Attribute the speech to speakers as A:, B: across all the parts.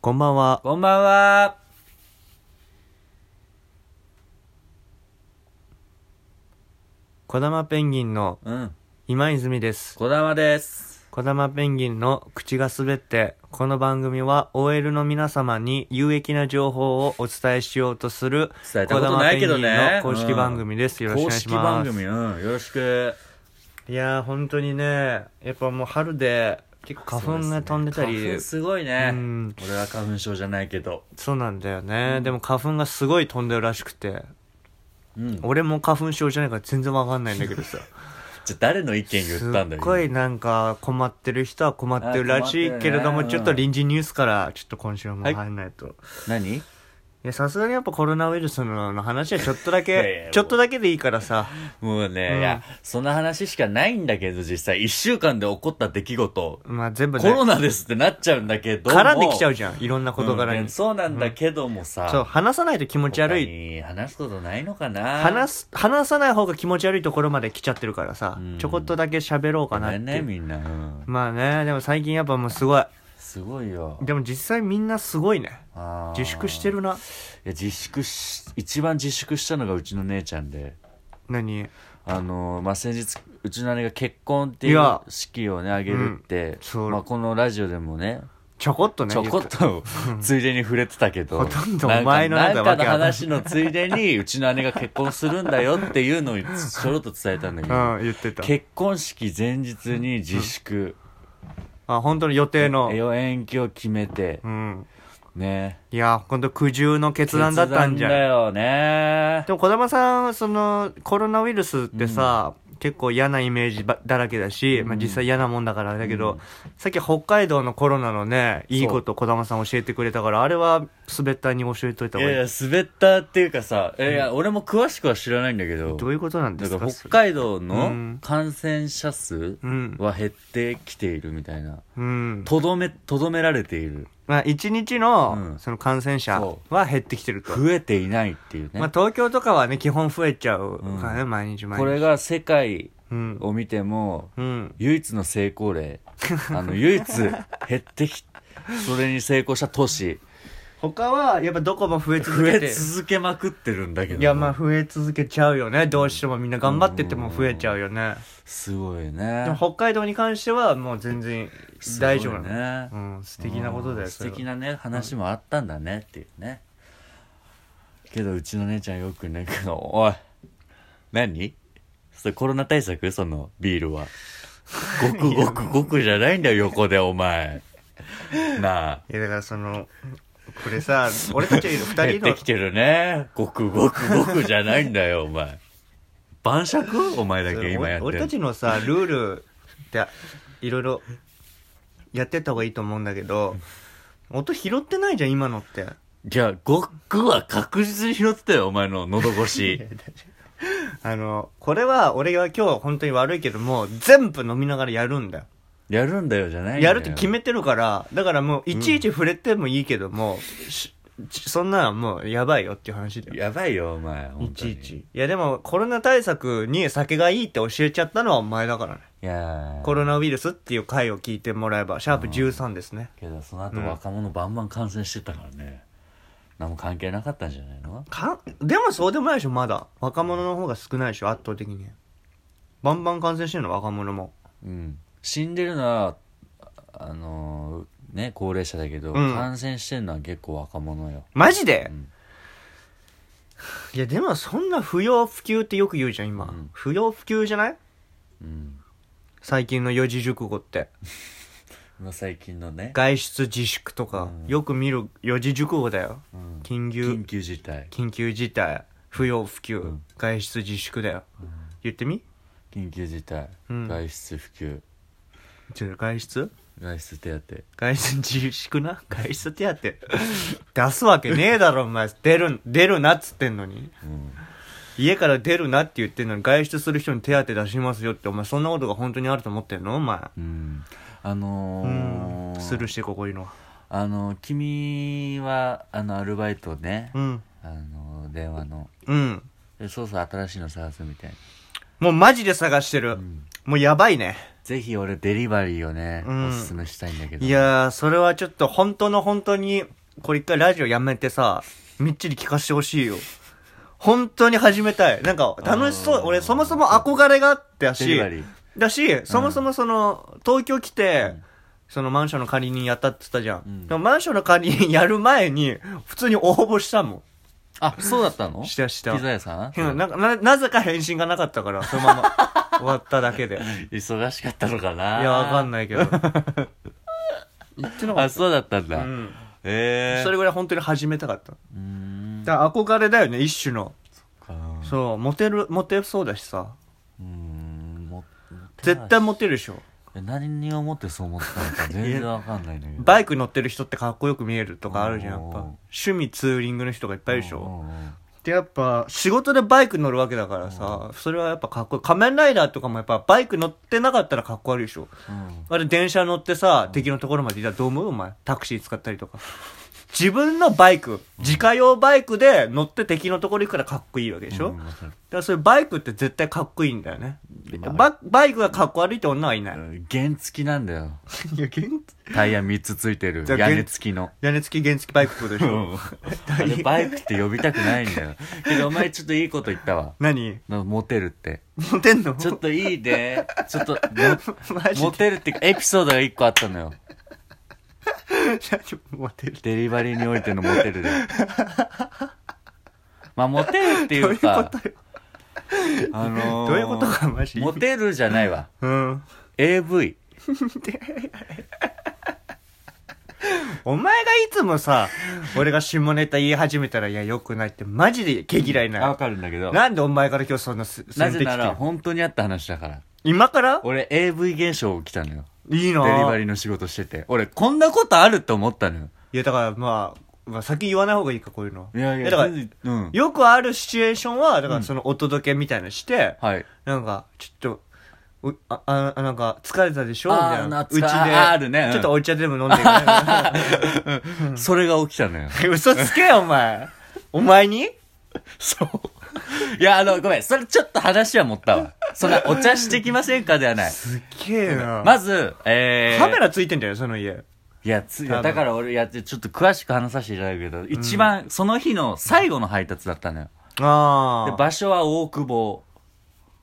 A: こんばんは。
B: こんばんは。
A: こだまペンギンの
B: うん。
A: 今泉です。
B: こだまです。
A: こだまペンギンの口が滑って、この番組は OL の皆様に有益な情報をお伝えしようとする、
B: 伝えたことないけどね。
A: こだまペンギンの公式番組です。
B: うん
A: よろしくお願いします。
B: 公式番組、うん。よろしく。
A: いやー、本当にね、やっぱもう春で、結構花粉が飛んでたり、
B: 花粉すごいね
A: うん。
B: 俺は花粉症じゃないけど。
A: そうなんだよね、でも花粉がすごい飛んでるらしくて、
B: うん。
A: 俺も花粉症じゃないから全然わかんないんだけどさ。
B: じゃあ誰の意見言ったんだ
A: すっ
B: よ。
A: ごいなんか困ってる人は困ってるらしいけれども、
B: あ困ってるね
A: ちょっと臨時ニュースからちょっと今週も
B: はい
A: 入んないと、い、
B: 何
A: やさすがにやっぱコロナウイルスの話はちょっとだ
B: いやいやい
A: け
B: や
A: ちょっとだけでいいからさ
B: もうね、
A: うん
B: いや、そんな話しかないんだけど、実際。一週間で起こった出来事。
A: まあ全部
B: コロ
A: ね
B: ナですってなっちゃうんだけども。
A: 絡んできちゃうじゃんいろんな事柄に、
B: うん
A: そ
B: そうなんだけどもさ。
A: う話さないと気持ち悪い
B: い。話すことないのかな
A: 話
B: す
A: す話さない方が気持ち悪いところまで来ちゃってるからさ、
B: うん
A: ちょこっとだけ喋ろうか
B: か
A: なって
B: な。
A: いう
B: ね、みんな。うん
A: まあねでも最近やっぱもうすごい
B: すごいよ。
A: でも実際みんなすごいね
B: あー
A: 自粛してるない
B: や自粛し一番自粛したのがうちの姉ちゃんで
A: 何
B: あのーまあ先日うちの姉が結婚って
A: い
B: いう
A: や
B: 式をねあげるって、
A: そう
B: まあ、このラジオでもね
A: ちょこっとね
B: ちょこっとついでに触れてたけど
A: ほとんど
B: な
A: お
B: か
A: 前の
B: なん
A: なんかわ
B: かの
A: けわかんない
B: 話のついでにうちの姉が結婚するんだよっていうのをちょろっと伝えたんだけど、
A: うん言ってた
B: 結婚式前日に自粛、
A: あ本当に予定の
B: 延期を決めて
A: うん
B: ね
A: いや本当苦渋の決断だったんじゃ
B: 決断だ
A: ん
B: よね
A: でも児玉さんそのコロナウイルスってさ、結構嫌なイメージばだらけだし、まあ、
B: うん
A: 実際嫌なもんだからあれだけど、
B: うん
A: さっき北海道のコロナのねいい
B: そう
A: こと児玉さん教えてくれたからあれは滑ったに教えといた
B: い
A: 方が
B: や
A: い
B: い
A: い
B: や、滑ったっていうかさ、いや、俺も詳しくは知らないんだけど、
A: どういうことなんで
B: だ
A: す
B: か
A: から
B: 北海道
A: う
B: の
A: ん
B: 感染者数
A: うん
B: は減ってきているみたいな。
A: うん
B: とどめ、とどめられている。
A: まあ一日の,、
B: うん
A: その感染者
B: そ
A: は減ってきてると、
B: 増えていないっていうね。
A: まあ、東京とかはね基本増えちゃうからね、
B: う
A: 毎日毎日
B: これが世界
A: うん
B: を見ても、
A: うん
B: 唯一の成 功例。あの、唯一減ってき、それに成功した都市。
A: 他はやっぱどこも増え続
B: 増
A: け
B: え
A: て
B: 続けまくってるんだけど。
A: いやまあ増え続けちゃうよねどうしてもみんな頑張ってても増えちゃうよね
B: すごい
A: で
B: ね
A: も。北海道に関してはもう全然大丈夫な
B: す
A: の
B: ごいね
A: うん素敵なことだ
B: う
A: よ
B: ん素
A: それは
B: 敵なね話もあったんだねっていうね、けどうちの姉ちゃんよくね「おい何それコロナ対策そのビールは」ごくごくごくじゃないんだよ横でお前なあ
A: いやだからそのこれさ俺たち
B: 減
A: 2
B: っ
A: 人
B: て
A: の
B: きてるねごくごくごくじゃないんだよお前晩酌お前だけ今やってんの
A: 俺たちのさルールっていろいろやってった方がいいと思うんだけど音拾ってないじゃん今のって
B: いやごっくは確実に拾ってたよお前の喉 越し
A: あのこれは俺が今日本当に悪いけどもう全部飲みながらやるんだよ
B: やるんだよじゃないんだ
A: や
B: よ
A: るって決めてるから、だからもういちいち触れてもいいけども、ししそんなのはもうやばいよっていう話だよ。
B: やばいよ、お
A: い
B: 前。本当
A: ち
B: に
A: いち。いやでもコロナ対策に酒がいいって教えちゃったのはお前だからね。
B: いやー
A: コロナウイルスっていう回を聞いてもらえば、シャープ13ですね。
B: けど、その後、
A: うん
B: 若者バンバン感染してたからね。何も関係なかったんじゃないの
A: かでもそうでもないでしょ、まだ。若者の方が少ないでしょ、圧倒的に。バンバン感染してるの、若者も。
B: うん。死んでるのは、ああのーね、高齢者だけど、
A: うん
B: 感染してるのは結構若者よ。
A: マジで、
B: うん
A: いやでもそんな不要不急ってよく言うじゃん、今。
B: うん
A: 不要不急じゃない
B: うん。
A: 最近の四字熟語って。
B: まあ最近のね、
A: 外出自粛とか、
B: うん
A: よく見る四字熟語だよ
B: うん
A: 緊急
B: 緊急事態。
A: 緊急事態不要不急、
B: うん
A: 外出自粛だよ、言ってみ
B: 緊急事態。
A: うん
B: 外出普及。
A: ちょ外出
B: 外出手当。
A: 外出自粛な 外出手当出すわけねえだろお前出る出るなっつってんのに
B: うん。
A: 家から出るなって言ってんのに外出する人に手当出しますよってお前そんなことが本当にあると思ってんのお前
B: うん。あの
A: う
B: ー
A: んスルーしてここいいのは
B: あのー君は、あの、アルバイトね、
A: うん
B: あのー電話の。
A: うん
B: でそうそう新しいの探すみたい
A: もうマジで探してる、
B: な、うん
A: もうやばいね
B: ぜひ俺デリバリーをね、
A: うん
B: おすすめしたいんだけど
A: いやー、それはちょっと本当の本当に、これ一回ラジオやめてさ、みっちり聞かしてほしいよ。本当に始めたい。なんか楽しそう
B: あ。ー
A: 俺そもそも憧れがあった
B: デリ
A: し
B: バ、リー
A: だし、そもそもその、東京来て、
B: うん
A: そのマンションの管理人やったって言ったじゃん。
B: うん
A: でもマンションの管理人やる前に、普通に応募したも
B: あそうだったの
A: ん。したした。
B: ピザ屋さん、
A: うん、なんかな、なぜか返信がなかったから、そのま ま終わっただけで。い
B: 忙しかったのかない
A: や、わかん
B: な
A: ない けど。言ってなか
B: あ
A: った。
B: そうだったんだ、
A: うん
B: ええー、
A: それぐらい本当に始めたかった。
B: うーん
A: だから憧れだよね、一種の。
B: かなう
A: そう、モテる、モテそうだしさ。
B: ーんも
A: 絶対モテるでしょ。
B: え何をもってそう思ったのか全然わかんないんだけど
A: バ
B: イ
A: イク乗ってる人ってかっこよく見えるとかあるじゃん、やっぱ。
B: うん
A: 趣味ツーリングの人がいっぱいいるでしょ。で、やっぱ、仕事でバイク乗るわけだからさ、それはやっぱかっこいい。仮面ライダーとかもやっぱバイク乗ってなかったらかっこ悪いでしょ。あれ電車乗ってさ、敵のところまで行ったらどう思うお前。タクシー使ったりとか。自分のバイク、自家用バイクで乗って敵のところ行くからかっこいいわけでしょ、
B: うん
A: だ
B: わかる
A: からそういうバイクって絶対かっこいいんだよね。
B: まあ
A: ババイクがかっこ悪いって女はい ない。
B: うん原付きなんだよ
A: いや、原
B: タイヤ3つついてる
A: じゃあ
B: 屋根付きの
A: 屋根付き原付きバイクってことでしょ
B: あれバイクって呼びたくないんだよけどお前ちょっといいこと言ったわ
A: 何
B: なモテるって
A: モテんの
B: ちょっといいねちょっとも
A: マジ
B: モ
A: で。
B: テるっていうかエピソードが1個あったのよ
A: モテる。
B: デリバリーにおいてのモテるでまあモテるってい
A: どういううこ
B: か
A: とよ。
B: あのー
A: どういうことか、マジで。
B: モテるじゃないわ
A: うん。
B: AV
A: お前がいつもさ、俺が下ネタ言い始めたら、いや、良くないって、マジで毛嫌いな
B: あわ
A: の。
B: かるんだけど
A: なんでお前から今日そんなす、
B: な
A: すん
B: ぜ
A: でき
B: な
A: て
B: ら
A: る
B: 本当にあった話だから
A: 今から
B: 俺 AV 現象起きたのよ
A: いいな
B: デリバリー
A: い
B: の仕事してて俺こんなことあると思ったのよ
A: や、だからまあ、まあ、先言わない方がいいか、こういうの。
B: いやいや
A: だから
B: 全然うん
A: よくあるシチュエーションは、だからそのお届けみたいなのして、
B: はい
A: なんか、ちょっと、うあ、あ、あなんか、疲れたでしょみ
B: あー
A: たいな。うち
B: 懐
A: で、
B: かあるねうん
A: ちょっとお茶でも飲んでくれ
B: それが起きたの よ
A: る嘘つけよ、お前。お前に
B: そういやあのごめんそれちょっと話は持ったわそんなお茶してきませんかではない
A: すっげえな。
B: まずえー、
A: カメラついてんだよ、その家。
B: いやつい
A: 多
B: や
A: 分
B: だから俺いやちょっと詳しく話させていただくけど一番その日の最後の配達だったのよで
A: ああ。
B: 場所は大久保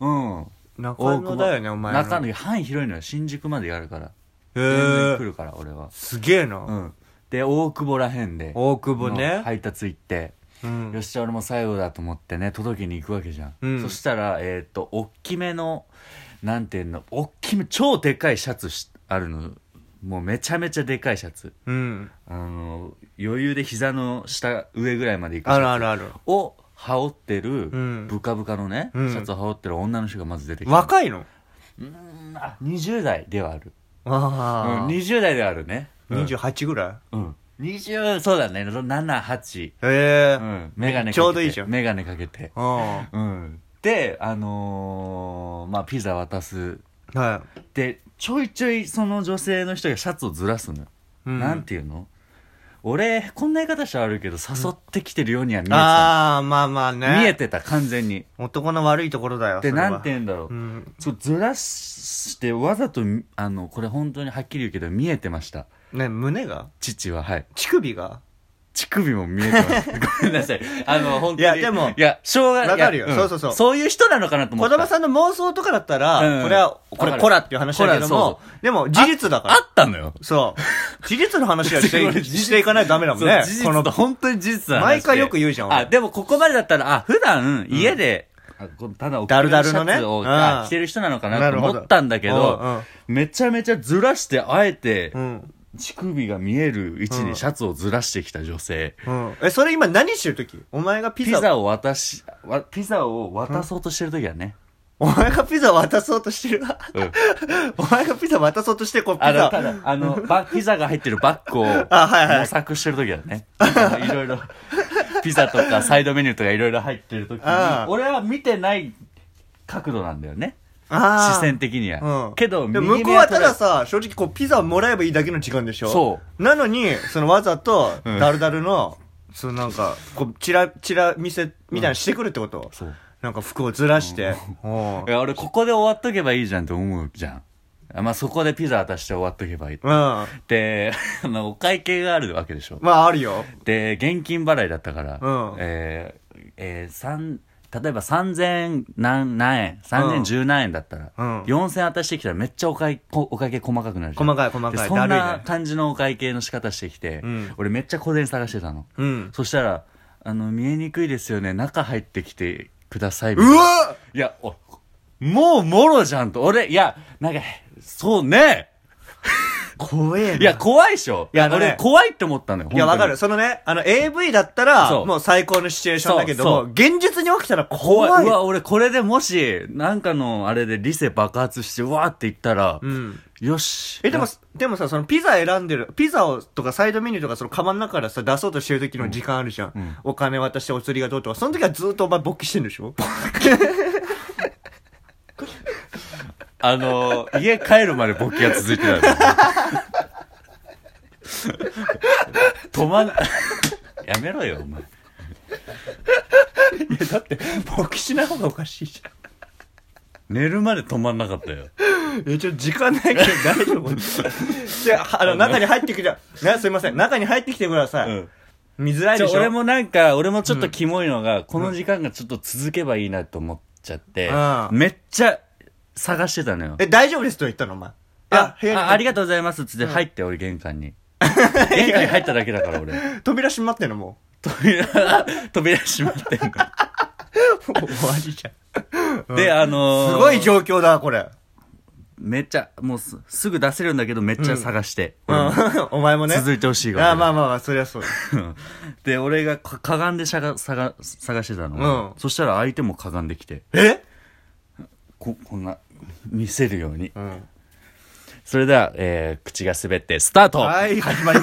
B: うん
A: 中
B: 大
A: 野だよね、お前の。
B: 中野範囲広いのよ新宿までやるから
A: へ
B: 全然来
A: え。
B: るから俺は
A: すげえ
B: う
A: な。
B: んで大久保らへんで
A: 大久保
B: の
A: ね。
B: 配達行って
A: うん
B: よっしゃ俺も最後だと思ってね届けに行くわけじゃん、
A: うん
B: そしたらえーっとおっきめのなんていうのおっきめ超でかいシャツしあるのもうめちゃめちゃでかいシャツ
A: うん。
B: あの余裕で膝の下上ぐらいまで行くシャ
A: あ
B: ツ
A: るあるある。
B: を羽織ってる、
A: うん
B: ブカブカのね、
A: うん
B: シャツを羽織ってる女の人がまず出てきた
A: 若いの
B: うーんあ20代ではある、うん
A: あ、あ。
B: 20代ではあるね、うん
A: 28ぐら
B: うん、20そうだね
A: い
B: 78
A: へえ。
B: うん、メガネかけて
A: ちょうどいいじゃん
B: メガネかけて、
A: うん。は
B: うん、であのーまあピザ渡す
A: い。
B: でちょいちょいその女性の人がシャツをずらすのよ、
A: うん
B: なんていうの俺こんな言い方したらあるけど誘ってきてるようには見えてた、
A: ああ、まあまあね。
B: 見えてた完全に
A: 男の悪いところだよ。
B: で
A: それは
B: なんて言うんだろ
A: う
B: う、
A: ん。
B: そうずらしてわざとあのこれ本当にはっきり言うけど見えてました
A: ね、胸が
B: 父ははい
A: 乳首が
B: 乳首も見えて ましたごめんなさいあの本当に
A: いやでも
B: いやしょうが
A: わかるよ
B: いや
A: そうそうそう
B: そういう人なのかなと思
A: 子
B: った
A: 供さんの妄想とかだった
B: うんう
A: ら、
B: ん
A: これは、こ
B: わか
A: れ
B: る
A: コラっていう話だけど
B: コラそ
A: も
B: う、
A: でも事実だから。
B: あったのよ
A: そう。事実の話はし
B: これ
A: て
B: 事実
A: していかないとダメだもんね
B: そう事。
A: こ
B: 実
A: の
B: と、本当に事実な話で
A: 毎回よく言うじゃん俺
B: あでもここまでだったらあ普段家で、あこのただお
A: ダルダルのね
B: シャツを
A: うん
B: あ着てる人なのかなと思ったんだけど
A: なるほどうんうん
B: めちゃめちゃずらしてあえて、
A: うん。
B: 乳首が見える位置
A: うん
B: にシャツをずらしてきた女性、
A: うん。え、それ今何してる時お前がピ
B: ピ
A: ザ、
B: ザを渡しわピザを渡そうとしてる時はね、
A: お前がピザ渡そうとしてる。
B: うん
A: お前がピザ渡そうとして、こう、ピ
B: あの
A: ザ
B: た。だあのバピザが入ってるバッグを
A: あはいはい
B: 模索してる時はねあのいろいろピザとかサイドメニューとかいろいろ入ってる時に
A: ああ
B: 俺は見てない角度なんだよね
A: あー
B: 視線的には、
A: うん。
B: けど
A: で
B: 右
A: も向こう
B: 目
A: は
B: 取
A: た
B: れ
A: ださ、正直こう、ピザをもらえばいいだけの時間でしょ。
B: そう
A: なのに、そのわざと、
B: うん
A: ダルダルの、そのなんか、こう、チラ、チラ見せ、みたいなしてくるってこと、
B: そう
A: なんか服をずらして。おう
B: いや俺ここで終わっとけばいいじゃんって思うじゃんあまあそこでピザ渡して終わっとけばいい
A: うん。ま
B: で、 あのお会計があるわけでしょ
A: あ、あるよ。
B: で現金払いだったから、
A: うん
B: えーえー三例えば3000何何円3010何円だったら、
A: うん
B: 4000渡してきたらめっちゃお会こお会計細かくなるじゃん
A: 細かい細かい
B: でそ
A: だ
B: ん
A: るいね
B: な感じのお会計の仕方してきて、
A: うん
B: 俺めっちゃ小銭探してたの、
A: うん。
B: そしたらあの見えにくいですよね中入ってきてくださいみたいうな
A: わ
B: いやおもうもろじゃんと俺いやなんかそうね
A: 怖えな。
B: いや、怖いでしょ
A: いやあのね
B: 俺怖いって思ったのよ
A: いや、わ
B: 本当
A: か
B: に
A: る。そのね、あの、AV だったら
B: そ、う
A: もう最高のシチュエーションだけども、
B: そう
A: 現実に起きたら怖い。
B: 怖いうわ俺これでもしなんかのあれで理性爆発してうわーって言ったら、
A: うん。
B: よし
A: え、でも、でもさ、そのピザ選んでる、ピザをとかサイドメニューとかそのカバンの中からさ、出そうとしてる時の時間あるじゃん。
B: ん
A: お金渡してお釣りがどうとか、その時はずっとお前勃起してんでしょ
B: あのー家帰るまで勃起が続いてたの止まんやめろよお前
A: いや、だって、勃起しない方がおかしいじ
B: 寝るまで止まんなかったよ
A: ゃん。いや、ちょっと時間ないけど大丈夫いや、あの、中に入ってきて、な、すいません、中に入ってきてください。
B: うん
A: 見づらい
B: ち
A: で
B: ょ
A: しょ
B: 俺もなんか俺もちょっとキモいのが、この時間がちょっと続けばいいなと思っちゃって、
A: うん
B: めっちゃ探してたのよ
A: え、大丈夫ですと言ったの、お前。
B: あ
A: 部屋に
B: あありがとうございますっつって入って、俺玄関に玄関に入っただけだから俺
A: 扉閉まってんの、も
B: 扉扉閉まってんか
A: う。 終わりじゃ
B: らであの
A: ん。
B: ー
A: すごい状況だ、これ。
B: めっちゃもうすすぐ出せるんだけどめっちゃ探して、
A: うん
B: 俺も
A: お前もね。
B: 続いてほしいから
A: ああ、まあまあまあ、そりゃそうだ。
B: で俺がかかがんでしゃが探探してたの、
A: うん
B: そしたら相手もかがんできて
A: え
B: ここんな見せるように
A: うん。
B: それでは、えー口が滑ってスタート
A: はい、始まりました